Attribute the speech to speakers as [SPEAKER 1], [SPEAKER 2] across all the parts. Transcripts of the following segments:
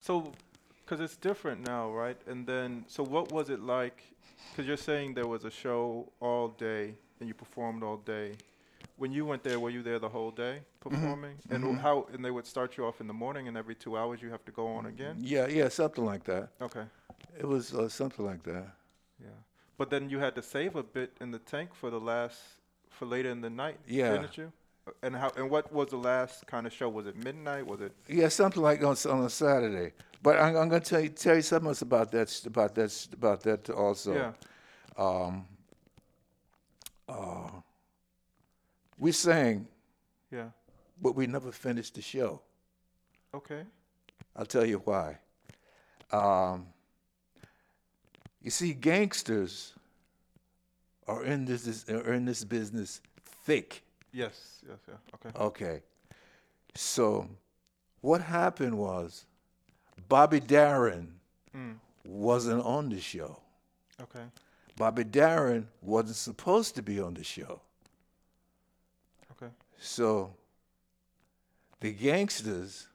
[SPEAKER 1] So, because it's different now, right? And then, so what was it like? Because you're saying there was a show all day and you performed all day. When you went there, were you there the whole day performing? And
[SPEAKER 2] Mhm.
[SPEAKER 1] how? And they would start you off in the morning, and every two hours you have to go on again.
[SPEAKER 2] Yeah, yeah, something like that.
[SPEAKER 1] Okay.
[SPEAKER 2] It was uh, something like that.
[SPEAKER 1] Yeah. But then you had to save a bit in the tank for the last for later in the night,
[SPEAKER 2] Yeah.
[SPEAKER 1] didn't you? Uh, And how and what was the last kind of show? Was it midnight? Was it
[SPEAKER 2] Yeah, something like on, s- on a Saturday. But I'm, I'm going to tell you, tell you something else about that s- about that s- about that also.
[SPEAKER 1] Yeah.
[SPEAKER 2] Um, uh, we sang,
[SPEAKER 1] Yeah.
[SPEAKER 2] but we never finished the show.
[SPEAKER 1] Okay.
[SPEAKER 2] I'll tell you why. Um, you see, gangsters are in this, this are in this business thick.
[SPEAKER 1] Yes, yes, yeah. Okay.
[SPEAKER 2] Okay. So what happened was Bobby Darin
[SPEAKER 1] Mm.
[SPEAKER 2] wasn't on the show.
[SPEAKER 1] Okay.
[SPEAKER 2] Bobby Darin wasn't supposed to be on the show.
[SPEAKER 1] Okay.
[SPEAKER 2] So the gangsters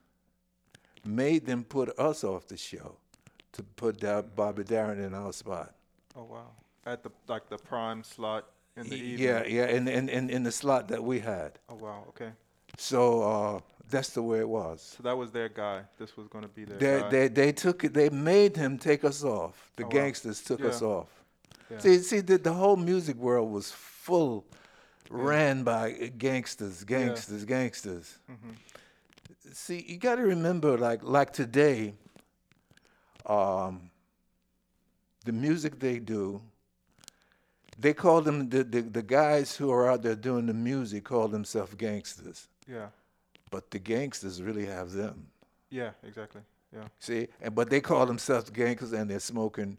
[SPEAKER 2] made them put us off the show to put that Bobby Darin in our spot.
[SPEAKER 1] Oh wow. At the like the prime slot in the evening.
[SPEAKER 2] Yeah, yeah, in, in, in, in the slot that we had.
[SPEAKER 1] Oh wow. Okay.
[SPEAKER 2] So uh, that's the way it was.
[SPEAKER 1] So that was their guy. This was going to be their
[SPEAKER 2] They,
[SPEAKER 1] guy.
[SPEAKER 2] they, they took it, they made him take us off. The
[SPEAKER 1] Oh, wow.
[SPEAKER 2] gangsters took us
[SPEAKER 1] Yeah.
[SPEAKER 2] off.
[SPEAKER 1] Yeah.
[SPEAKER 2] See, see the, the whole music world was full, ran by uh, gangsters, gangsters, gangsters.
[SPEAKER 1] Mm-hmm.
[SPEAKER 2] See, you got to remember, like, like today, um, the music they do, they call them, the, the, the guys who are out there doing the music call themselves gangsters,
[SPEAKER 1] yeah.
[SPEAKER 2] but the gangsters really have them.
[SPEAKER 1] Yeah, exactly. Yeah.
[SPEAKER 2] See, and but they call themselves gangsters, and they're smoking,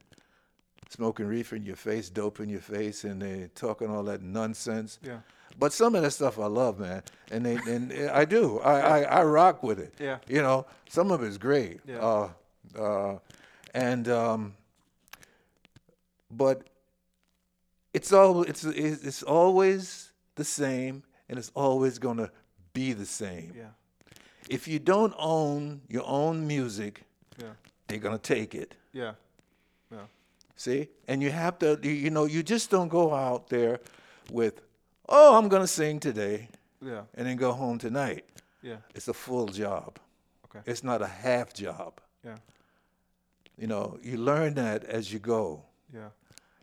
[SPEAKER 2] smoking reefer in your face, dope in your face, and they talking all that nonsense.
[SPEAKER 1] Yeah.
[SPEAKER 2] But some of that stuff I love, man, and they and uh, I do. I, I I rock with it.
[SPEAKER 1] Yeah.
[SPEAKER 2] You know, some of it's great.
[SPEAKER 1] Yeah.
[SPEAKER 2] Uh, uh, and um, but it's all it's it's it's always the same, and it's always gonna be the same.
[SPEAKER 1] Yeah.
[SPEAKER 2] If you don't own your own music,
[SPEAKER 1] Yeah.
[SPEAKER 2] they're gonna take it.
[SPEAKER 1] Yeah. Yeah.
[SPEAKER 2] See, and you have to, you- you know, you just don't go out there with, oh, I'm gonna sing today,
[SPEAKER 1] Yeah.
[SPEAKER 2] and then go home tonight.
[SPEAKER 1] Yeah.
[SPEAKER 2] It's a full job.
[SPEAKER 1] Okay.
[SPEAKER 2] It's not a half job.
[SPEAKER 1] Yeah.
[SPEAKER 2] You know, you learn that as you go.
[SPEAKER 1] Yeah.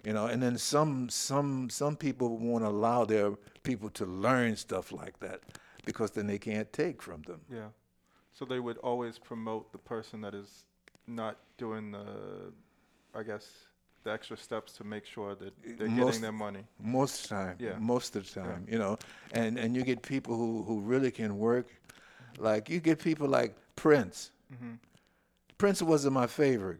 [SPEAKER 2] You know, and then some some some people want to allow their people to learn stuff like that because then they can't take from them.
[SPEAKER 1] Yeah. So they would always promote the person that is not doing the, I guess, the extra steps to make sure that they're
[SPEAKER 2] most-
[SPEAKER 1] getting their money.
[SPEAKER 2] Most of the time.
[SPEAKER 1] Yeah.
[SPEAKER 2] Most of the time, you know. And and you get people who, who really can work. Like you get people like Prince.
[SPEAKER 1] hmm
[SPEAKER 2] Prince wasn't my favorite,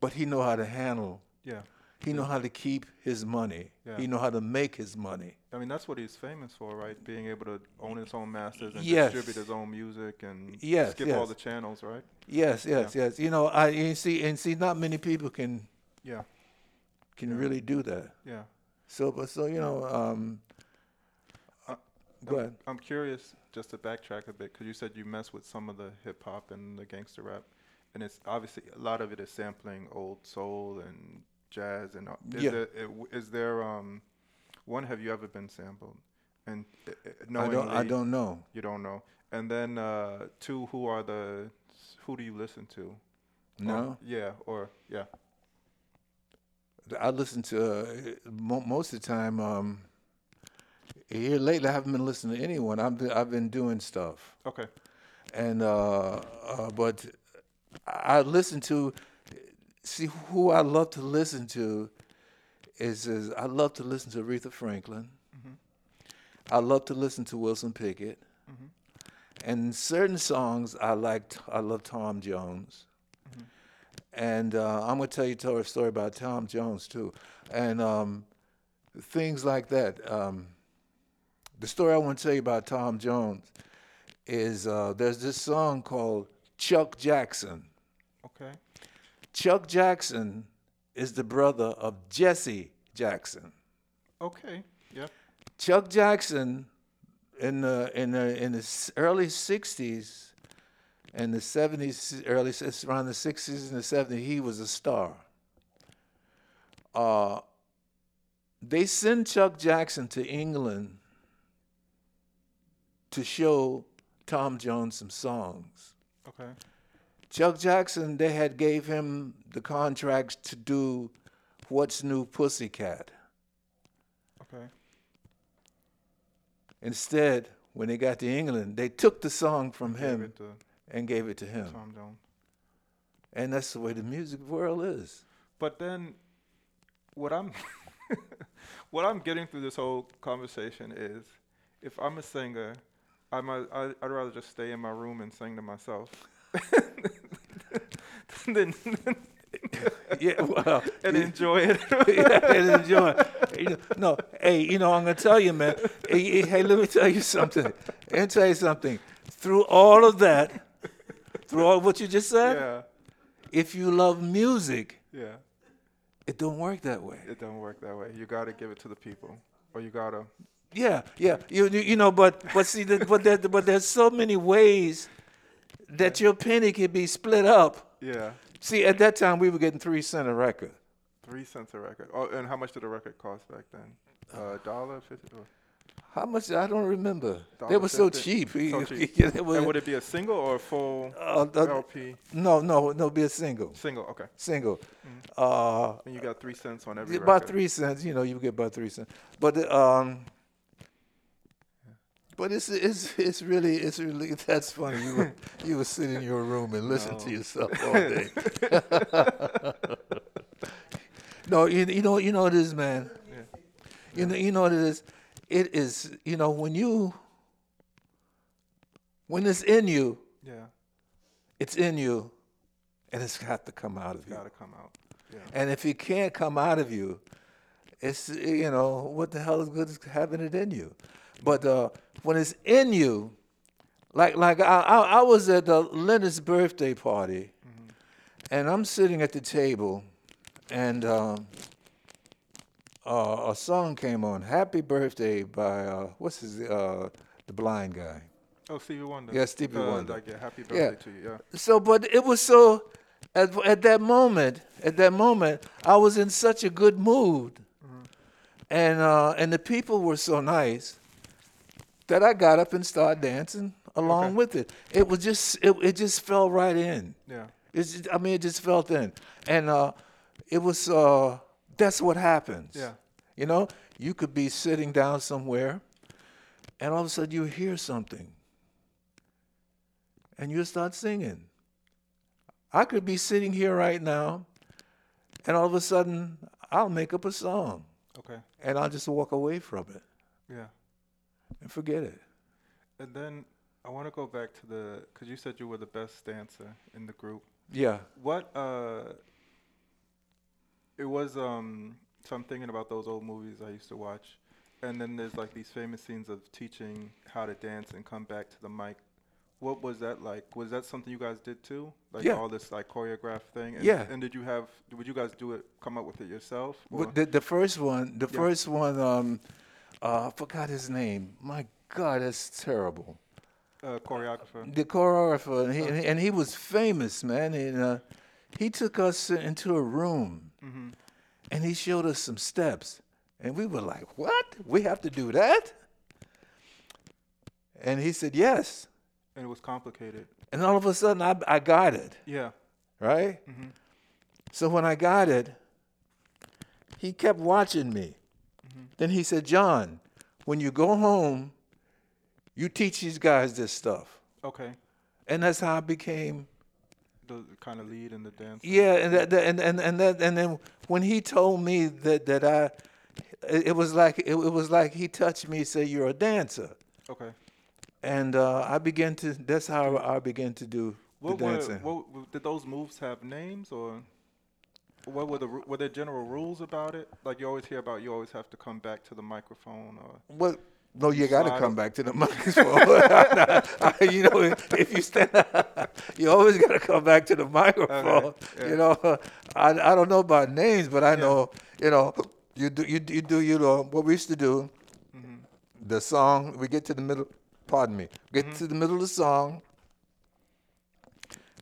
[SPEAKER 2] but he know how to handle.
[SPEAKER 1] Yeah.
[SPEAKER 2] He know how to keep his money.
[SPEAKER 1] Yeah.
[SPEAKER 2] He know how to make his money.
[SPEAKER 1] I mean, that's what he's famous for, right? Being able to own his own masters and
[SPEAKER 2] Yes.
[SPEAKER 1] distribute his own music and
[SPEAKER 2] Yes,
[SPEAKER 1] skip all
[SPEAKER 2] yes.
[SPEAKER 1] the channels, right?
[SPEAKER 2] Yes, yes, yes. You know, I you see and see not many people can
[SPEAKER 1] Yeah.
[SPEAKER 2] can really do that.
[SPEAKER 1] Yeah.
[SPEAKER 2] So but so you know, um
[SPEAKER 1] Uh,
[SPEAKER 2] go
[SPEAKER 1] I'm-
[SPEAKER 2] ahead.
[SPEAKER 1] I'm curious, just to backtrack a bit, because you said you mess with some of the hip hop and the gangster rap, and it's obviously a lot of it is sampling old soul and jazz and uh, is
[SPEAKER 2] Yeah.
[SPEAKER 1] there, i- w- is there um one have you ever been sampled and uh, uh,
[SPEAKER 2] I
[SPEAKER 1] knowingly
[SPEAKER 2] don't I don't know.
[SPEAKER 1] you don't know and then uh two who are the who do you listen to Or-
[SPEAKER 2] No.
[SPEAKER 1] Oh, yeah or yeah
[SPEAKER 2] I listen to uh, mo- most of the time. Um, here lately, I haven't been listening to anyone. I've been, I've been doing stuff,
[SPEAKER 1] okay
[SPEAKER 2] and uh, uh, but I I listen to see who I love to listen to is, is I love to listen to Aretha Franklin. I love to listen to Wilson Pickett, and certain songs I liked. I love Tom Jones. And uh, I'm gonna tell you tell a story about Tom Jones too, and um, things like that. Um, the story I want to tell you about Tom Jones is uh, there's this song called Chuck Jackson.
[SPEAKER 1] okay
[SPEAKER 2] Chuck Jackson is the brother of Jesse Jackson.
[SPEAKER 1] okay yep
[SPEAKER 2] Chuck Jackson in the in the in the s- early '60s in the 70s, early it's around the 60s and the 70s, he was a star. Uh, they sent Chuck Jackson to England to show Tom Jones some songs.
[SPEAKER 1] Okay.
[SPEAKER 2] Chuck Jackson, they had gave him the contract to do What's New Pussycat.
[SPEAKER 1] Okay.
[SPEAKER 2] Instead, when they got to England, they took the song from
[SPEAKER 1] Gave
[SPEAKER 2] him
[SPEAKER 1] it to
[SPEAKER 2] and gave it to him.
[SPEAKER 1] Tom Jones.
[SPEAKER 2] And that's the way the music world is.
[SPEAKER 1] But then, what I'm what I'm getting through this whole conversation is, if I'm a singer, I might I, I'd rather just stay in my room and sing to myself. than
[SPEAKER 2] yeah, well,
[SPEAKER 1] and enjoy it.
[SPEAKER 2] yeah, and enjoy. You know, no, hey, you know, I'm gonna tell you, man. Hey, hey, let me tell you something. Let me tell you something. Through all of that, through all what you just said,
[SPEAKER 1] yeah,
[SPEAKER 2] if you love music,
[SPEAKER 1] yeah.
[SPEAKER 2] it don't work that way.
[SPEAKER 1] It don't work that way. You gotta give it to the people, or you gotta.
[SPEAKER 2] Yeah, yeah. You you, you know, but but see, the, but there, but there's so many ways that your penny can be split up.
[SPEAKER 1] Yeah,
[SPEAKER 2] See, at that time we were getting three cent a record.
[SPEAKER 1] three cents a record. Oh, and how much did a record cost back then?
[SPEAKER 2] Uh,
[SPEAKER 1] A dollar fifty. Oh. or-
[SPEAKER 2] How much? I don't remember. they
[SPEAKER 1] Dollar
[SPEAKER 2] were so
[SPEAKER 1] fifty.
[SPEAKER 2] cheap.
[SPEAKER 1] So cheap.
[SPEAKER 2] Yeah, they were-
[SPEAKER 1] and would it be a single or a full
[SPEAKER 2] uh, uh,
[SPEAKER 1] LP?
[SPEAKER 2] no, no, no. Be a single.
[SPEAKER 1] Single. Okay.
[SPEAKER 2] single.
[SPEAKER 1] Mm.
[SPEAKER 2] Uh,
[SPEAKER 1] And you got three cents on every
[SPEAKER 2] about
[SPEAKER 1] record.
[SPEAKER 2] three cents, you know, you get about three cents. But um, but it's it's it's really it's really that's funny. You were, you would sit in your room and listen to yourself all day. no, you, you know you know what it is, man. You know you know what it is. It is you know when you when it's in you,
[SPEAKER 1] Yeah.
[SPEAKER 2] it's in you, and it's got to come out of you.
[SPEAKER 1] Gotta come out. Yeah.
[SPEAKER 2] And if it can't come out of you, it's you know what the hell is good is having it in you. But uh, when it's in you, like like I, I, I was at the Leonard's birthday party, and I'm sitting at the table, and um, uh, a song came on, "Happy Birthday" by uh, what's his uh, the blind guy.
[SPEAKER 1] Oh, Stevie Wonder.
[SPEAKER 2] Yeah, Stevie
[SPEAKER 1] uh,
[SPEAKER 2] Wonder.
[SPEAKER 1] Like, yeah, happy birthday to you. Yeah.
[SPEAKER 2] So, but it was so at, at that moment, at that moment, I was in such a good mood, and uh, and the people were so nice that I got up and started dancing along
[SPEAKER 1] Okay.
[SPEAKER 2] with it. It was just it, it just fell right in.
[SPEAKER 1] Yeah.
[SPEAKER 2] It's just, I mean, it just felt in, and uh, it was uh, that's what happens.
[SPEAKER 1] Yeah.
[SPEAKER 2] you know, you could be sitting down somewhere, and all of a sudden you hear something, and you start singing. I could be sitting here right now, and all of a sudden I'll make up a song,
[SPEAKER 1] Okay.
[SPEAKER 2] and I'll just walk away from it
[SPEAKER 1] Yeah.
[SPEAKER 2] and forget it.
[SPEAKER 1] And then I want to go back to the because you said you were the best dancer in the group.
[SPEAKER 2] Yeah,
[SPEAKER 1] What uh. It was um. So I'm thinking about those old movies I used to watch, and then there's like these famous scenes of teaching how to dance and come back to the mic. What was that like? Was that something you guys did too? Like
[SPEAKER 2] Yeah.
[SPEAKER 1] all this like choreographed thing. And,
[SPEAKER 2] Yeah.
[SPEAKER 1] And did you have? Would you guys do it? Come up with it yourself?
[SPEAKER 2] Well,
[SPEAKER 1] or-
[SPEAKER 2] the, the first one, the
[SPEAKER 1] Yeah.
[SPEAKER 2] first one, um, uh, I forgot his name. My God, that's terrible.
[SPEAKER 1] uh, choreographer.
[SPEAKER 2] The choreographer, and he, and he was famous, man. And uh, he took us into a room, and he showed us some steps, and we were like, "What? We have to do that?" And he said, "Yes."
[SPEAKER 1] And it was complicated.
[SPEAKER 2] And all of a sudden, I, I got it.
[SPEAKER 1] Yeah.
[SPEAKER 2] right?
[SPEAKER 1] Mm-hmm.
[SPEAKER 2] So when I got it, he kept watching me.
[SPEAKER 1] Mm-hmm.
[SPEAKER 2] Then he said, John, when you go home, you teach these guys this stuff.
[SPEAKER 1] Okay.
[SPEAKER 2] And that's how I became,
[SPEAKER 1] The kind of lead in the dance.
[SPEAKER 2] yeah, and that, that- and, and, and, that, and then when he told me that, that I, it, it was like, it, it was like he touched me and said, you're a dancer.
[SPEAKER 1] Okay.
[SPEAKER 2] And uh, I began to, that's how I began to do
[SPEAKER 1] What
[SPEAKER 2] the
[SPEAKER 1] were
[SPEAKER 2] dancing.
[SPEAKER 1] what w- did those moves have names or? What were the ru- were there general rules about it? Like you always hear about, you always have to come back to the microphone or.
[SPEAKER 2] Well, no, you got to
[SPEAKER 1] slide
[SPEAKER 2] come
[SPEAKER 1] it.
[SPEAKER 2] back to the microphone. you know, if you stand, you always got to come back to the microphone.
[SPEAKER 1] yeah.
[SPEAKER 2] You know, I, I don't know about names, but I know you know you do you, do- you do you know what we used to do. The song we get to the middle. Pardon me. Get to the middle of the song.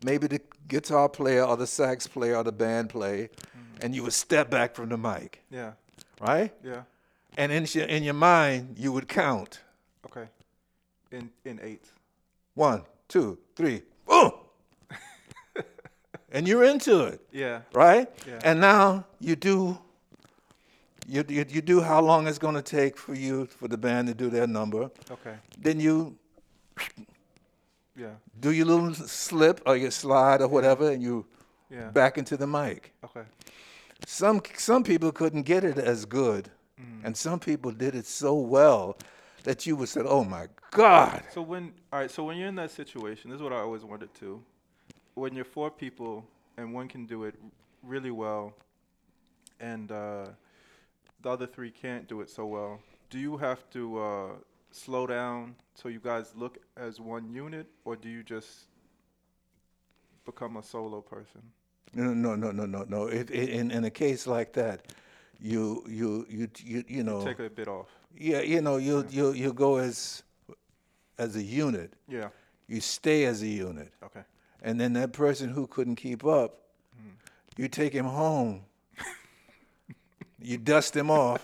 [SPEAKER 2] maybe the guitar player or the sax player or the band play, and you would step back from the mic,
[SPEAKER 1] Yeah.
[SPEAKER 2] right?
[SPEAKER 1] Yeah.
[SPEAKER 2] And in your, in your mind, you would count
[SPEAKER 1] Okay. In in eight.
[SPEAKER 2] one, two, three, boom, and you're into it.
[SPEAKER 1] Yeah.
[SPEAKER 2] right?
[SPEAKER 1] Yeah.
[SPEAKER 2] And now you do. You, you, you do how long it's going to take for you for the band to do their number.
[SPEAKER 1] Okay.
[SPEAKER 2] Then you
[SPEAKER 1] Yeah.
[SPEAKER 2] do your little slip or your slide or whatever, and you
[SPEAKER 1] Yeah.
[SPEAKER 2] back into the mic.
[SPEAKER 1] Okay.
[SPEAKER 2] Some some people couldn't get it as good,
[SPEAKER 1] Mm.
[SPEAKER 2] and some people did it so well that you would say, "Oh my God!"
[SPEAKER 1] So when all right, so when you're in that situation, this is what I always wondered too. When you're four people and one can do it really well, and uh, the other three can't do it so well, do you have to uh, slow down so you guys look as one unit, or do you just become a solo person?
[SPEAKER 2] No, no, no, no, no, no. If, in in a case like that, you you you you you know
[SPEAKER 1] Take a bit off.
[SPEAKER 2] Yeah, you know, you you you go as as a unit.
[SPEAKER 1] Yeah.
[SPEAKER 2] You stay as a unit,
[SPEAKER 1] Okay.
[SPEAKER 2] and then that person who couldn't keep up,
[SPEAKER 1] Hmm.
[SPEAKER 2] you take him home. you dust him off.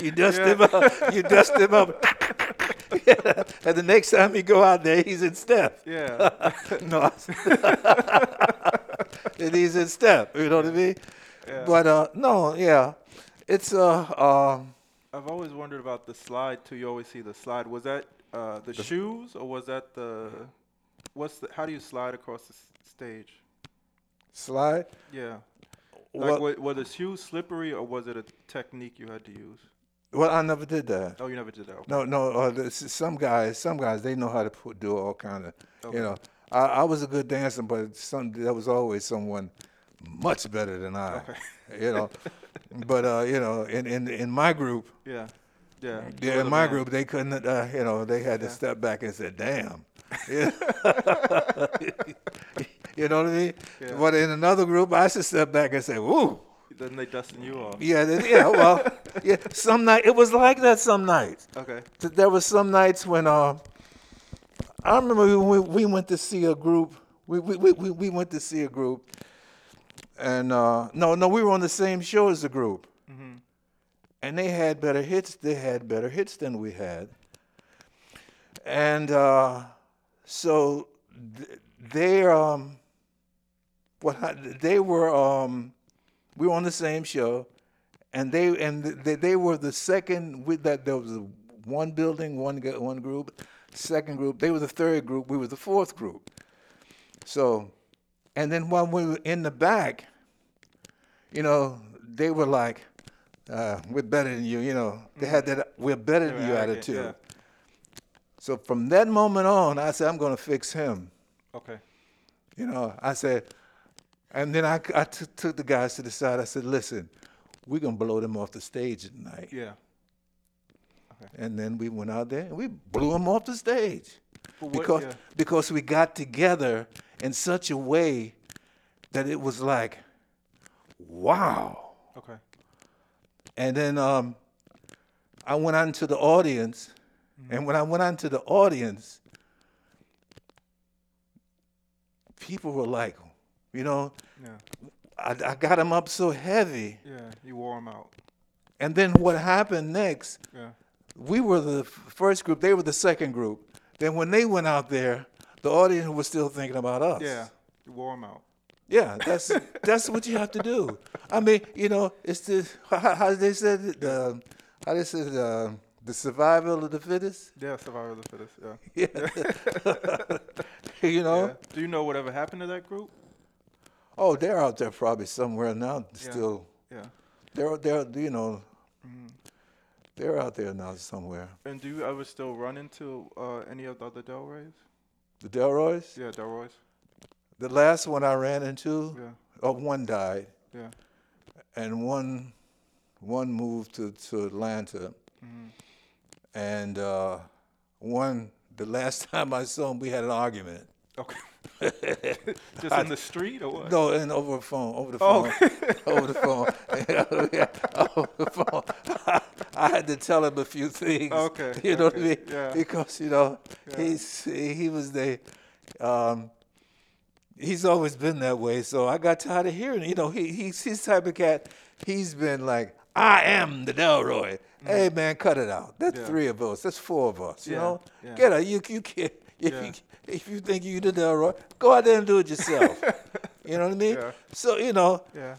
[SPEAKER 2] you dust him up. You dust him up. and the next time you go out there, he's in step.
[SPEAKER 1] Yeah.
[SPEAKER 2] no, I- and he's in step. You know what I mean? But uh, no, yeah, it's uh, um.
[SPEAKER 1] I've always wondered about the slide too. You always see the slide. Was that uh, the, shoes or was that the what's the how do you slide across the s- stage?
[SPEAKER 2] Slide.
[SPEAKER 1] Yeah.
[SPEAKER 2] Well,
[SPEAKER 1] Like wa- were the shoes slippery or was it a technique you had to use?
[SPEAKER 2] well, I never did that.
[SPEAKER 1] Oh, you never did that. Okay.
[SPEAKER 2] No, no. Uh, this is- some guys, some guys, they know how to put, do all kind of. You know, I, I was a good dancer, but some there was always someone much better than I. You know, but uh, you know, in, in in my group,
[SPEAKER 1] Yeah. Yeah. you
[SPEAKER 2] yeah,
[SPEAKER 1] were
[SPEAKER 2] in
[SPEAKER 1] the
[SPEAKER 2] my
[SPEAKER 1] man.
[SPEAKER 2] group, they couldn't. Uh, you know, they had to step back and say, "Damn." Yeah. you know what I mean?
[SPEAKER 1] Yeah.
[SPEAKER 2] But in another group, I should step back and say, "Woo."
[SPEAKER 1] Then they dusting you off.
[SPEAKER 2] Yeah, they- yeah. Well, yeah. Some night it was like that. Some nights.
[SPEAKER 1] Okay.
[SPEAKER 2] Th- there was some nights when uh, I remember we, we went to see a group. We we, we, we we went to see a group, and uh, no no we were on the same show as the group,
[SPEAKER 1] Mm-hmm.
[SPEAKER 2] and they had better hits. They had better hits than we had, and uh, so th- they um what I- they were um we were on the same show and they and th- they, they were the second with that there was one building one gu- one group second group they were the third group we were the fourth group so and then when we were in the back you know they were like uh, we're better than you you know they had that we're better
[SPEAKER 1] They were
[SPEAKER 2] than you
[SPEAKER 1] arrogant,
[SPEAKER 2] attitude so from that moment on i said i'm going to fix him
[SPEAKER 1] yeah. Okay.
[SPEAKER 2] you know, I said, and then I, I t- took the guys to the side. I said, listen, we're going to blow them off the stage tonight.
[SPEAKER 1] Yeah.
[SPEAKER 2] And then we went out there and we blew them off the stage.
[SPEAKER 1] But what-
[SPEAKER 2] Because,
[SPEAKER 1] yeah.
[SPEAKER 2] because we got together in such a way that it was like, wow.
[SPEAKER 1] Okay.
[SPEAKER 2] And then um, I went out into the audience. And when I went out into the audience, people were like, you know,
[SPEAKER 1] Yeah.
[SPEAKER 2] I, I got him up so heavy.
[SPEAKER 1] Yeah. You wore 'em out.
[SPEAKER 2] And then what happened next,
[SPEAKER 1] Yeah.
[SPEAKER 2] we were the f- first group, they were the second group. Then when they went out there, the audience was still thinking about us.
[SPEAKER 1] Yeah. You wore 'em out.
[SPEAKER 2] Yeah, that's that's what you have to do. I mean, you know, it's the how, how they said it, the how they said it, um, the survival of the fittest.
[SPEAKER 1] Yeah. Survival of the fittest. Yeah.
[SPEAKER 2] Yeah. you know.
[SPEAKER 1] yeah. Do you know whatever happened to that group?
[SPEAKER 2] Oh, they're out there probably somewhere now still.
[SPEAKER 1] Yeah. Mm-hmm.
[SPEAKER 2] They're they're you know they're out there now somewhere.
[SPEAKER 1] And do you ever still run into uh, any of the other Delrays?
[SPEAKER 2] The Delroys.
[SPEAKER 1] Yeah, Delroys.
[SPEAKER 2] The last one I ran into,
[SPEAKER 1] Yeah,
[SPEAKER 2] oh, one died,
[SPEAKER 1] yeah,
[SPEAKER 2] and one one moved to, to Atlanta, and uh, one the last time I saw him, we had an argument.
[SPEAKER 1] okay. Just in the street or what?
[SPEAKER 2] No, and over the phone, over the
[SPEAKER 1] Oh,
[SPEAKER 2] phone, over the phone, over the phone. I, had to tell him a few things.
[SPEAKER 1] Okay,
[SPEAKER 2] you know what I
[SPEAKER 1] okay,
[SPEAKER 2] mean?
[SPEAKER 1] yeah.
[SPEAKER 2] Because you know he's he was the Um, he's always been that way, so I got tired of hearing. it. You know, he he's his type of cat. He's been like, I am the Delroy. Hey man, cut it out. That's
[SPEAKER 1] Mm-hmm. Yeah.
[SPEAKER 2] three of us. That's four of us. You
[SPEAKER 1] Yeah,
[SPEAKER 2] know,
[SPEAKER 1] yeah.
[SPEAKER 2] get out. You you can't. If
[SPEAKER 1] Yeah.
[SPEAKER 2] you if you think you the Delroy, go out there and do it yourself. you know what I mean?
[SPEAKER 1] Yeah.
[SPEAKER 2] So you know,
[SPEAKER 1] Yeah.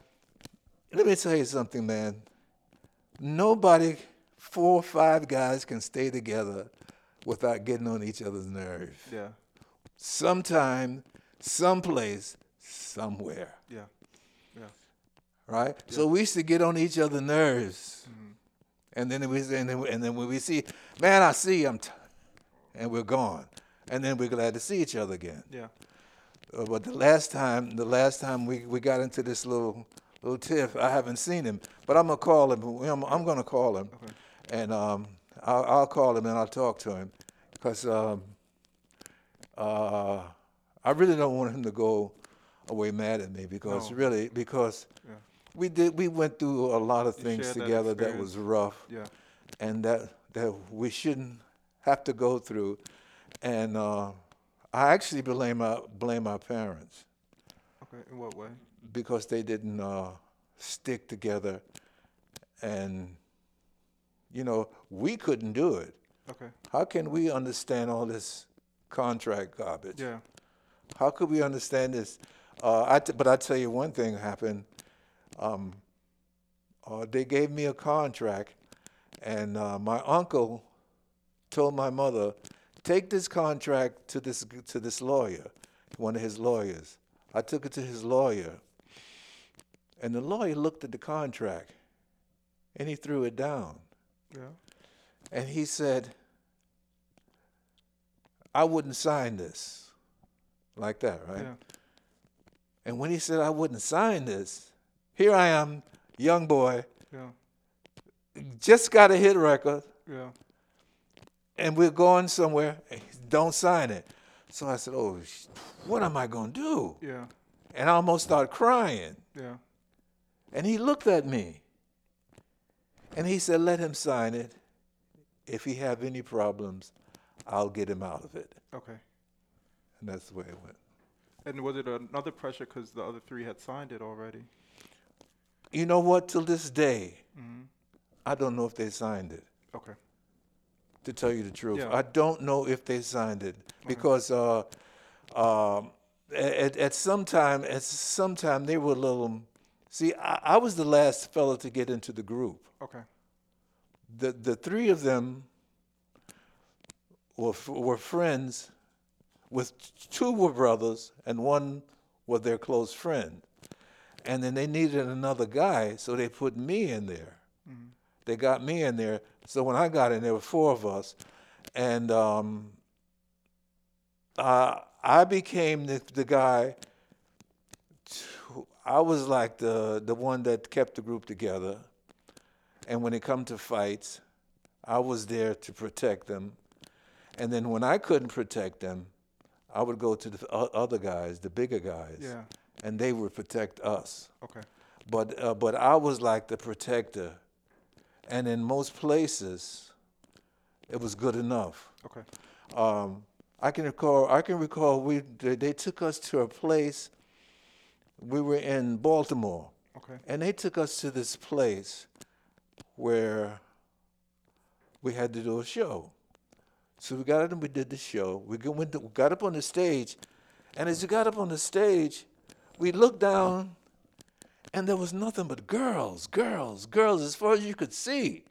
[SPEAKER 2] let me tell you something, man. Nobody, four or five guys, can stay together without getting on each other's nerve.
[SPEAKER 1] Yeah.
[SPEAKER 2] Sometime, someplace, somewhere,
[SPEAKER 1] Yeah. Yeah.
[SPEAKER 2] right? So we used to get on each other's nerves,
[SPEAKER 1] Mm-hmm.
[SPEAKER 2] and then we and then, and then when we see, man, I see you, I'm, t-, and we're gone, and then we're glad to see each other again.
[SPEAKER 1] Yeah.
[SPEAKER 2] Uh, but the last time, the last time we, we got into this little little tiff, I haven't seen him. But I'm gonna call him. I'm, I'm gonna call him, and um, I'll, I'll call him and I'll talk to him, because um, uh, I really don't want him to go away mad at me because
[SPEAKER 1] No.
[SPEAKER 2] really because
[SPEAKER 1] Yeah.
[SPEAKER 2] we did we went through a lot of things
[SPEAKER 1] shared that
[SPEAKER 2] together that,
[SPEAKER 1] experience.
[SPEAKER 2] was rough,
[SPEAKER 1] Yeah.
[SPEAKER 2] and that that we shouldn't have to go through, and uh, I actually blame my blame my parents
[SPEAKER 1] Okay. In what way?
[SPEAKER 2] because they didn't uh, stick together, and you know we couldn't do it.
[SPEAKER 1] Okay.
[SPEAKER 2] How can we understand all this contract garbage?
[SPEAKER 1] Yeah.
[SPEAKER 2] How could we understand this? Uh, I t- but I tell you, one thing happened. Um, uh, they gave me a contract, and uh, my uncle told my mother, "Take this contract to this to this lawyer, one of his lawyers." I took it to his lawyer, and the lawyer looked at the contract, and he threw it down,
[SPEAKER 1] Yeah.
[SPEAKER 2] and he said, "I wouldn't sign this." Like that, right?
[SPEAKER 1] Yeah.
[SPEAKER 2] And when he said I wouldn't sign this, here I am, young boy,
[SPEAKER 1] Yeah.
[SPEAKER 2] just got a hit record,
[SPEAKER 1] Yeah.
[SPEAKER 2] and we're going somewhere. Don't sign it. So I said, "Oh, sh- what am I gonna do?"
[SPEAKER 1] Yeah.
[SPEAKER 2] And I almost started crying.
[SPEAKER 1] Yeah.
[SPEAKER 2] And he looked at me, and he said, "Let him sign it. If he have any problems, I'll get him out of it."
[SPEAKER 1] Okay.
[SPEAKER 2] And that's the way it went.
[SPEAKER 1] And was it another pressure because the other three had signed it already?
[SPEAKER 2] You know what? Till this day,
[SPEAKER 1] Mhm.
[SPEAKER 2] I don't know if they signed it.
[SPEAKER 1] Okay.
[SPEAKER 2] to tell you the truth.
[SPEAKER 1] Yeah.
[SPEAKER 2] I don't know if they signed it because uh, um, at, at some time, at some time they were a little. See, I, I was the last fella to get into the group.
[SPEAKER 1] Okay.
[SPEAKER 2] The the three of them were f- were friends. With two were brothers and one was their close friend, and then they needed another guy, so they put me in there. They got me in there. So when I got in, there were four of us, and um, uh, I became the, the guy. To, I was like the the one that kept the group together, and when it come to fights, I was there to protect them. And then when I couldn't protect them, I would go to the o- other guys, the bigger guys,
[SPEAKER 1] Yeah.
[SPEAKER 2] and they would protect us
[SPEAKER 1] Okay.
[SPEAKER 2] but uh, but I was like the protector, and in most places, it was good enough.
[SPEAKER 1] Okay.
[SPEAKER 2] Um, I can recall. I can recall. We they, they took us to a place. We were in Baltimore,
[SPEAKER 1] Okay.
[SPEAKER 2] and they took us to this place where we had to do a show. So we got up and we did the show. We go- went to, got up on the stage, and as we got up on the stage, we looked down, and there was nothing but girls, girls, girls, as far as you could see.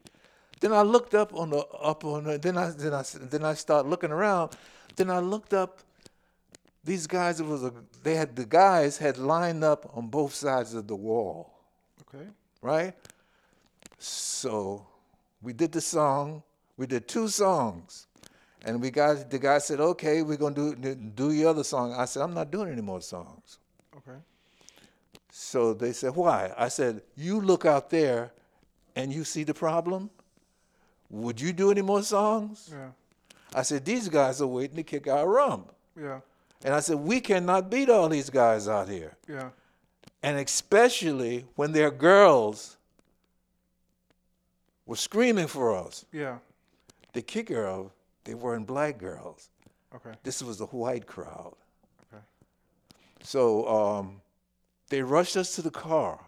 [SPEAKER 2] Then I looked up on the up on the, then I then I s- then I started looking around. Then I looked up. These guys it was a, they had the guys had lined up on both sides of the wall
[SPEAKER 1] Okay.
[SPEAKER 2] right? So we did the song. We did two songs, and we got the guy said, "Okay, we're gonna do do- do your other song." I said, "I'm not doing any more songs."
[SPEAKER 1] Okay.
[SPEAKER 2] So they said, "Why?" I said, "You look out there, and you see the problem. Would you do any more songs?"
[SPEAKER 1] Yeah.
[SPEAKER 2] I said, "These guys are waiting to kick our rump,"
[SPEAKER 1] Yeah.
[SPEAKER 2] and I said, "We cannot beat all these guys out here."
[SPEAKER 1] Yeah.
[SPEAKER 2] and especially when their girls were screaming for us.
[SPEAKER 1] Yeah.
[SPEAKER 2] The kicker of they weren't black girls.
[SPEAKER 1] Okay.
[SPEAKER 2] This was a white crowd. So um, they rushed us to the car.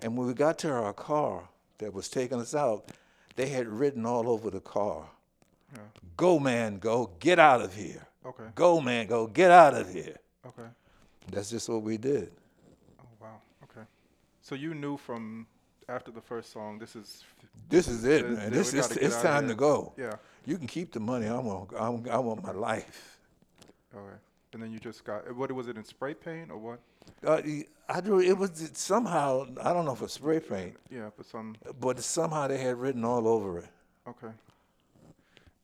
[SPEAKER 2] And when we got to our car that was taking us out, they had written all over the car
[SPEAKER 1] Yeah.
[SPEAKER 2] Go, man, go, get out of here.
[SPEAKER 1] Okay.
[SPEAKER 2] Go, man, go, get out of here.
[SPEAKER 1] Okay.
[SPEAKER 2] That's just what we did.
[SPEAKER 1] Oh wow. Okay. So you knew from after the first song, this is.
[SPEAKER 2] This is it,
[SPEAKER 1] Th-
[SPEAKER 2] man.
[SPEAKER 1] th-
[SPEAKER 2] This
[SPEAKER 1] we
[SPEAKER 2] is
[SPEAKER 1] gotta get
[SPEAKER 2] it's
[SPEAKER 1] out of
[SPEAKER 2] time to
[SPEAKER 1] here.
[SPEAKER 2] go.
[SPEAKER 1] Yeah.
[SPEAKER 2] You can keep the money. I want I want, I want my life.
[SPEAKER 1] All right. And then you just got eh, what was it in spray paint or what?
[SPEAKER 2] Uh, y- I drew it was somehow I don't know if it was spray paint,
[SPEAKER 1] Yeah, but some.
[SPEAKER 2] but somehow they had written all over it.
[SPEAKER 1] Okay.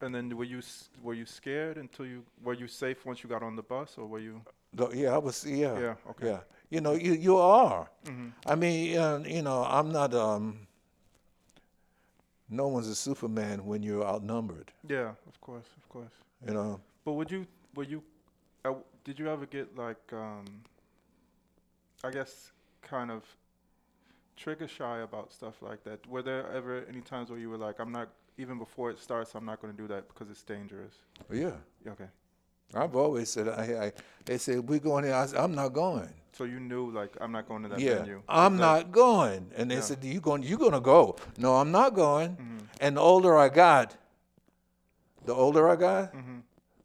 [SPEAKER 1] And then were you s- were you scared until you were you safe once you got on the bus or were you?
[SPEAKER 2] Though, Yeah, I was. Yeah.
[SPEAKER 1] Yeah, okay. Mm-hmm.
[SPEAKER 2] Yeah. You know, you you are. I mean, uh, you know, I'm not. Um, no one's a Superman when you're outnumbered.
[SPEAKER 1] Yeah, of course, of course.
[SPEAKER 2] You know.
[SPEAKER 1] But would you were you uh, w- did you ever get like um I guess kind of trigger shy about stuff like that? Were there ever any times where you were like I'm not even before it starts I'm not going to do that because it's dangerous.
[SPEAKER 2] Yeah.
[SPEAKER 1] Okay.
[SPEAKER 2] I've always said. I, I they said we're going here. I said, I'm not going.
[SPEAKER 1] So you knew like I'm not going to that
[SPEAKER 2] yeah,
[SPEAKER 1] venue.
[SPEAKER 2] I'm
[SPEAKER 1] Is that-
[SPEAKER 2] not going. And they
[SPEAKER 1] Yeah. Mm-hmm.
[SPEAKER 2] said, "You going? You gonna go?" No, I'm not going. And the older I got, the older I got,
[SPEAKER 1] Mm-hmm.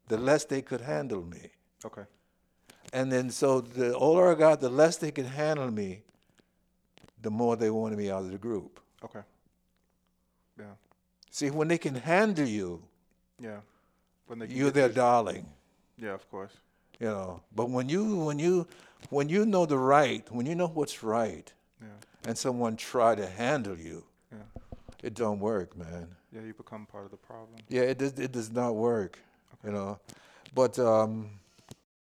[SPEAKER 2] the less they could handle me.
[SPEAKER 1] Okay.
[SPEAKER 2] And then so the older I got, the less they could handle me. The more they wanted me out of the group.
[SPEAKER 1] Okay. Yeah.
[SPEAKER 2] See, when they can handle you,
[SPEAKER 1] Yeah. When they can
[SPEAKER 2] you're
[SPEAKER 1] get
[SPEAKER 2] their
[SPEAKER 1] you-
[SPEAKER 2] darling.
[SPEAKER 1] Yeah, of course.
[SPEAKER 2] You know. But when you when you when you know the right, when you know what's right,
[SPEAKER 1] Yeah.
[SPEAKER 2] and someone try to handle you,
[SPEAKER 1] Yeah.
[SPEAKER 2] it don't work, man.
[SPEAKER 1] Yeah, you become part of the problem.
[SPEAKER 2] Yeah, it does, it does not work, you know. But um,